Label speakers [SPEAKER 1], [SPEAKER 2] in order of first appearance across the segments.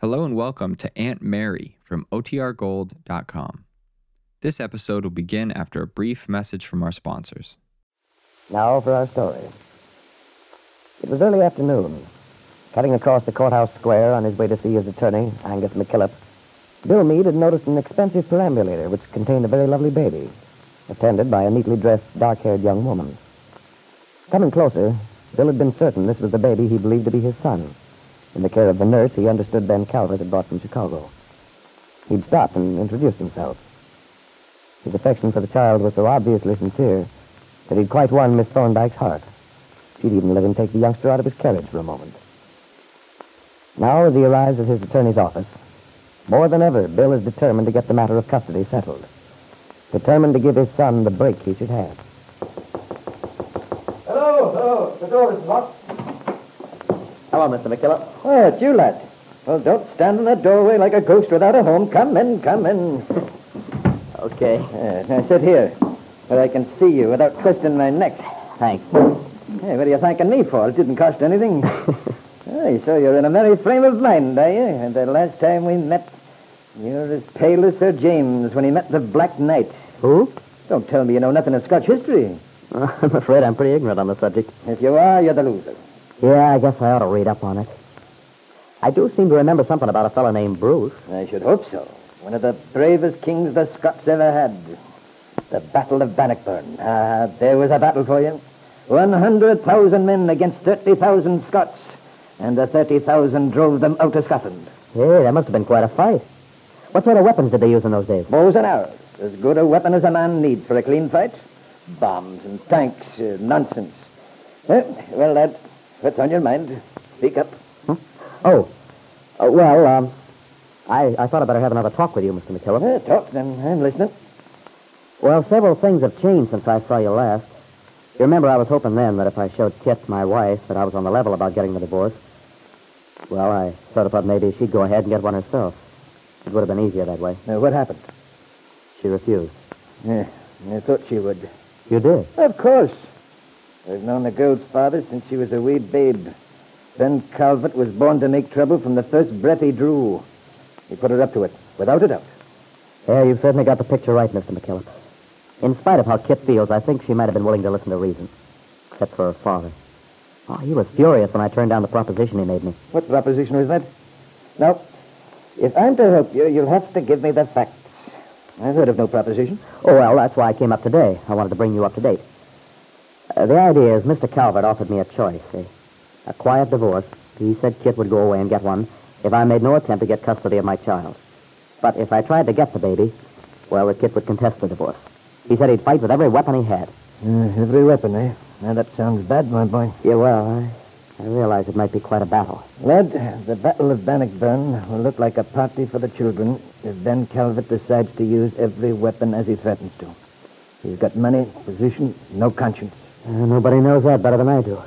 [SPEAKER 1] Hello and welcome to Aunt Mary from OTRGold.com. This episode will begin after a brief message from our sponsors.
[SPEAKER 2] Now for our story. It was early afternoon. Cutting across the courthouse square on his way to see his attorney, Angus McKillop, Bill Meade had noticed an expensive perambulator which contained a very lovely baby, attended by a neatly dressed, dark-haired young woman. Coming closer, Bill had been certain this was the baby he believed to be his son, in the care of the nurse he understood Ben Calvert had brought from Chicago. He'd stopped and introduced himself. His affection for the child was so obviously sincere that he'd quite won Miss Thorndyke's heart. She'd even let him take the youngster out of his carriage for a moment. Now, as he arrives at his attorney's office, more than ever, Bill is determined to get the matter of custody settled. Determined to give his son the break he should have.
[SPEAKER 3] Hello, hello. The door is locked.
[SPEAKER 2] Hello, Mr. McKillop.
[SPEAKER 3] Oh, it's you, lad. Well, don't stand in that doorway like a ghost without a home. Come in, come in.
[SPEAKER 2] Okay.
[SPEAKER 3] Yeah, now sit here, where I can see you without twisting my neck.
[SPEAKER 2] Thanks.
[SPEAKER 3] Hey, what are you thanking me for? It didn't cost anything. hey, so you're in a merry frame of mind, are you? And the last time we met, you're as pale as Sir James when he met the Black Knight.
[SPEAKER 2] Who?
[SPEAKER 3] Don't tell me you know nothing of Scotch history.
[SPEAKER 2] I'm afraid I'm pretty ignorant on the subject.
[SPEAKER 3] If you are, you're the loser.
[SPEAKER 2] Yeah, I guess I ought to read up on it. I do seem to remember something about a fellow named Bruce.
[SPEAKER 3] I should hope so. One of the bravest kings the Scots ever had. The Battle of Bannockburn. Ah, there was a battle for you. 100,000 men against 30,000 Scots, and the 30,000 drove them out of Scotland.
[SPEAKER 2] Hey, that must have been quite a fight. What sort of weapons did they use in those days?
[SPEAKER 3] Bows and arrows, as good a weapon as a man needs for a clean fight. Bombs and tanks, uh, nonsense. Eh, well, lad, what's on your mind? Speak up.
[SPEAKER 2] Oh, uh, well, um, I, I thought I'd better have another talk with you, Mr. McKillop.
[SPEAKER 3] Eh, talk, then. I'm listening.
[SPEAKER 2] Well, several things have changed since I saw you last. You remember I was hoping then that if I showed Kit, my wife, that I was on the level about getting the divorce. Well, I sort of thought maybe she'd go ahead and get one herself. It would have been easier that way.
[SPEAKER 3] Uh, what happened?
[SPEAKER 2] She refused.
[SPEAKER 3] Eh, I thought she would.
[SPEAKER 2] You did?
[SPEAKER 3] Of course. I've known the girl's father since she was a wee babe. Ben Calvert was born to make trouble from the first breath he drew. He put her up to it, without a doubt.
[SPEAKER 2] Yeah, you've certainly got the picture right, Mr. McKillop. In spite of how Kit feels, I think she might have been willing to listen to reason. Except for her father. Oh, he was furious when I turned down the proposition he made me.
[SPEAKER 3] What proposition was that? Now, if I'm to help you, you'll have to give me the facts. I've heard of no proposition.
[SPEAKER 2] Oh, well, that's why I came up today. I wanted to bring you up to date. Uh, the idea is Mr. Calvert offered me a choice, a, a quiet divorce. He said Kit would go away and get one if I made no attempt to get custody of my child. But if I tried to get the baby, well, the Kit would contest the divorce. He said he'd fight with every weapon he had.
[SPEAKER 3] every weapon, eh? Now, that sounds bad, my boy.
[SPEAKER 2] Yeah, well, I, I realize it might be quite a battle.
[SPEAKER 3] Lad, the Battle of Bannockburn will look like a party for the children if Ben Calvert decides to use every weapon as he threatens to. He's got money, position, no conscience.
[SPEAKER 2] Uh, nobody knows that better than I do.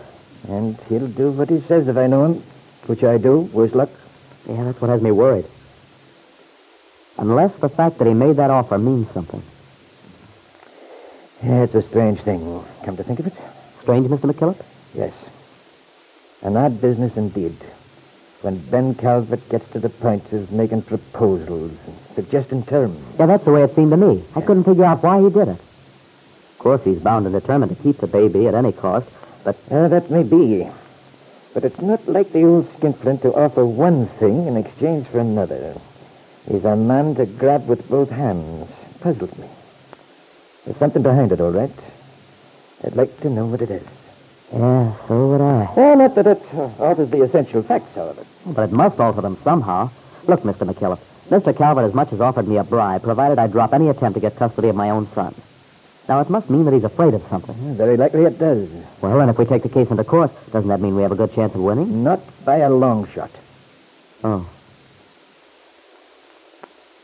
[SPEAKER 3] And he'll do what he says if I know him, which I do, worse luck.
[SPEAKER 2] Yeah, that's what has me worried. Unless the fact that he made that offer means something.
[SPEAKER 3] Yeah, it's a strange thing, come to think of it.
[SPEAKER 2] Strange, Mr. McKillop?
[SPEAKER 3] Yes. An odd business indeed. When Ben Calvert gets to the point of making proposals and suggesting terms.
[SPEAKER 2] Yeah, that's the way it seemed to me. I couldn't figure out why he did it. Of course, he's bound and determined to keep the baby at any cost, but
[SPEAKER 3] Uh, that may be. But it's not like the old skinflint to offer one thing in exchange for another. He's a man to grab with both hands. Puzzles me. There's something behind it, all right. I'd like to know what it is.
[SPEAKER 2] yeah, so would I.
[SPEAKER 3] Eh, not that it uh, alters the essential facts, however.
[SPEAKER 2] But it must alter them somehow. Look, Mr. McKillop, Mr. Calvert as much as offered me a bribe, provided I drop any attempt to get custody of my own son. Now, it must mean that he's afraid of something.
[SPEAKER 3] Very likely it does.
[SPEAKER 2] Well, then, if we take the case into court, doesn't that mean we have a good chance of winning?
[SPEAKER 3] Not by a long shot.
[SPEAKER 2] Oh.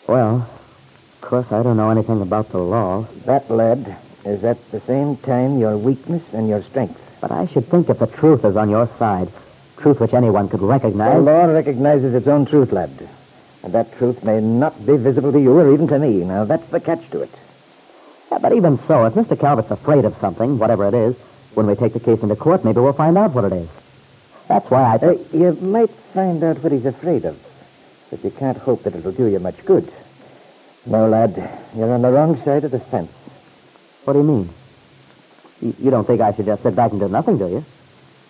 [SPEAKER 2] Well, of course, I don't know anything about the law.
[SPEAKER 3] That, lad, is at the same time your weakness and your strength.
[SPEAKER 2] But I should think if the truth is on your side, truth which anyone could
[SPEAKER 3] The
[SPEAKER 2] recognize.
[SPEAKER 3] law recognizes its own truth, lad. And that truth may not be visible to you or even to me. Now, that's the catch to it.
[SPEAKER 2] Yeah, but even so, if Mr. Calvert's afraid of something, whatever it is, when we take the case into court, maybe we'll find out what it is. That's why I
[SPEAKER 3] Uh,
[SPEAKER 2] think.
[SPEAKER 3] you might find out what he's afraid of. but you can't hope that it'll do you much good. No, lad, you're on the wrong side of the fence.
[SPEAKER 2] What do you mean? You, you don't think I should just sit back and do nothing, do you?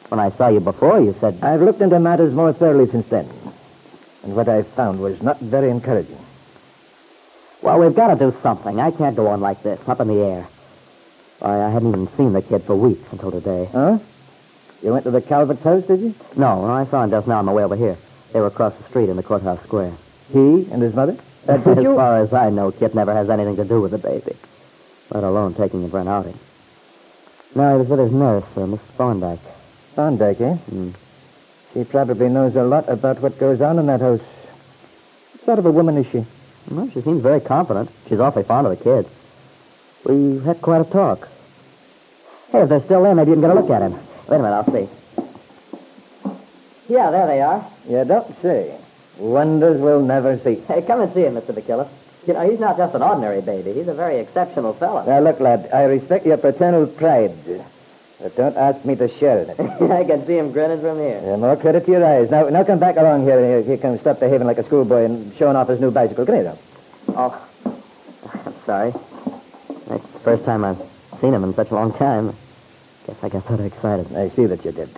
[SPEAKER 2] When I saw you before, you said,
[SPEAKER 3] I've looked into matters more thoroughly since then, and what I found was not very encouraging.
[SPEAKER 2] well, we've got to do something. I can't go on like this, up in the air. Why, I hadn't even seen the kid for weeks until today.
[SPEAKER 3] Huh? You went to the Calvert's house, did you?
[SPEAKER 2] No, I saw him just now on my way over here. They were across the street in the courthouse square.
[SPEAKER 3] He and his mother? Uh, did
[SPEAKER 2] as
[SPEAKER 3] you?
[SPEAKER 2] far as I know, Kit never has anything to do with the baby, let alone taking him for an outing. No, he was with his nurse, uh, Miss Thorndyke.
[SPEAKER 3] Thorndike, eh?
[SPEAKER 2] Hmm.
[SPEAKER 3] She probably knows a lot about what goes on in that house. What sort of a woman is she?
[SPEAKER 2] Well, she seems very confident. She's awfully fond of the kid. We had quite a talk. Hey, if they're still there, maybe you can get a look at him. Wait a minute, I'll see. Yeah, there they are.
[SPEAKER 3] You don't say. Wonders we'll never see.
[SPEAKER 2] Hey, come and see him, Mr. McKillop. You know, he's not just an ordinary baby. He's a very exceptional fellow.
[SPEAKER 3] Now, look, lad, I respect your paternal pride, but don't ask me to share in it.
[SPEAKER 2] I can see him grinning from here.
[SPEAKER 3] Yeah, more credit to your eyes. Now, now come back along here. Here, here comes stop behaving like a schoolboy and showing off his new bicycle. Come here, now.
[SPEAKER 2] Oh, I'm sorry. That's the first time I've seen him in such a long time. Guess I got sort of excited.
[SPEAKER 3] I see that you did.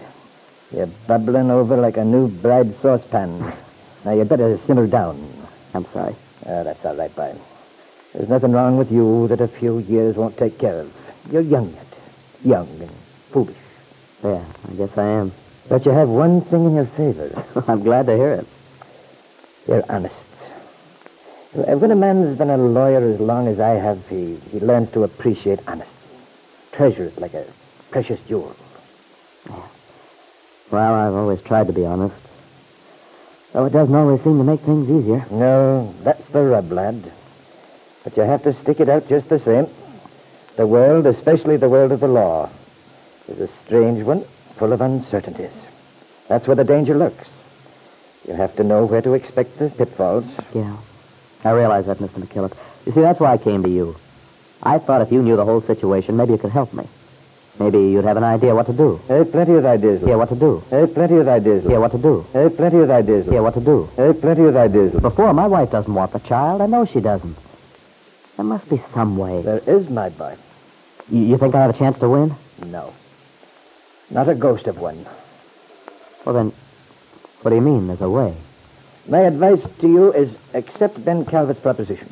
[SPEAKER 3] You're bubbling over like a new bride saucepan. Now, you'd better simmer down.
[SPEAKER 2] I'm sorry.
[SPEAKER 3] Ah, that's all right, Byron. There's nothing wrong with you that a few years won't take care of. You're young yet. Young and foolish.
[SPEAKER 2] Yeah, I guess I am.
[SPEAKER 3] But you have one thing in your favor.
[SPEAKER 2] I'm glad to hear it.
[SPEAKER 3] You're honest. Uh, When a man's been a lawyer as long as I have, he, he learns to appreciate honesty. Treasure it like a precious jewel.
[SPEAKER 2] Well, I've always tried to be honest. Though it doesn't always seem to make things easier.
[SPEAKER 3] No, that's the rub, lad. But you have to stick it out just the same. The world, especially the world of the law, is a strange one, full of uncertainties. That's where the danger lurks. You have to know where to expect the pitfalls.
[SPEAKER 2] Yeah. I realize that, Mr. McKillop. You see, that's why I came to you. I thought if you knew the whole situation, maybe you could help me. Maybe you'd have an idea what to do.
[SPEAKER 3] Hey, plenty of ideas.
[SPEAKER 2] Yeah, what to do.
[SPEAKER 3] Hey, plenty of ideas.
[SPEAKER 2] Yeah, what to do.
[SPEAKER 3] Hey, plenty of ideas.
[SPEAKER 2] Yeah, what to do.
[SPEAKER 3] Hey, plenty of ideas.
[SPEAKER 2] Before, my wife doesn't want the child. I know she doesn't. There must be some way.
[SPEAKER 3] There is my boy.
[SPEAKER 2] You, you think I have a chance to win?
[SPEAKER 3] No. Not a ghost of one.
[SPEAKER 2] Well, then, what do you mean there's a way?
[SPEAKER 3] My advice to you is accept Ben Calvert's proposition.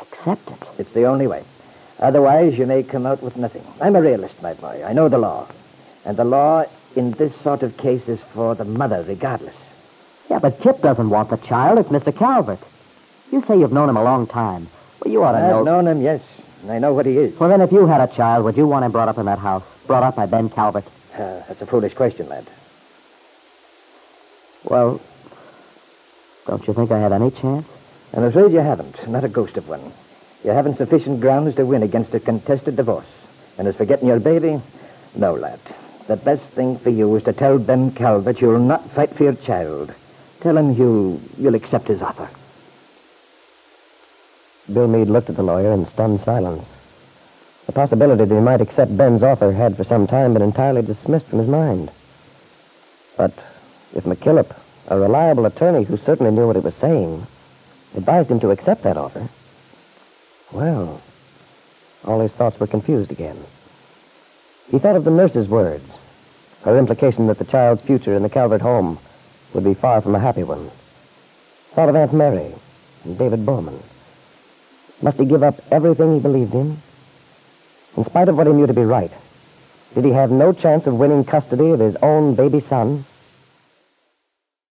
[SPEAKER 2] Accept it.
[SPEAKER 3] It's the only way. Otherwise, you may come out with nothing. I'm a realist, my boy. I know the law. And the law in this sort of case is for the mother, regardless.
[SPEAKER 2] Yeah, but Kip doesn't want the child. It's Mr. Calvert. You say you've known him a long time. Well, you ought to
[SPEAKER 3] I've
[SPEAKER 2] know.
[SPEAKER 3] known him, yes. and I know what he is.
[SPEAKER 2] Well, then, if you had a child, would you want him brought up in that house? Brought up by Ben Calvert?
[SPEAKER 3] Uh, that's a foolish question, lad.
[SPEAKER 2] Well, don't you think I have any chance?
[SPEAKER 3] I'm afraid you haven't. Not a ghost of one. You haven't sufficient grounds to win against a contested divorce. And as for getting your baby, no, lad. The best thing for you is to tell Ben Calvert you'll not fight for your child. Tell him you, you'll accept his offer.
[SPEAKER 2] Bill Meade looked at the lawyer in stunned silence. The possibility that he might accept Ben's offer had for some time been entirely dismissed from his mind. But if McKillop, a reliable attorney who certainly knew what he was saying, advised him to accept that offer, well, all his thoughts were confused again. He thought of the nurse's words, her implication that the child's future in the Calvert home would be far from a happy one. Thought of Aunt Mary and David Bowman. Must he give up everything he believed in? In spite of what he knew to be right, did he have no chance of winning custody of his own baby son?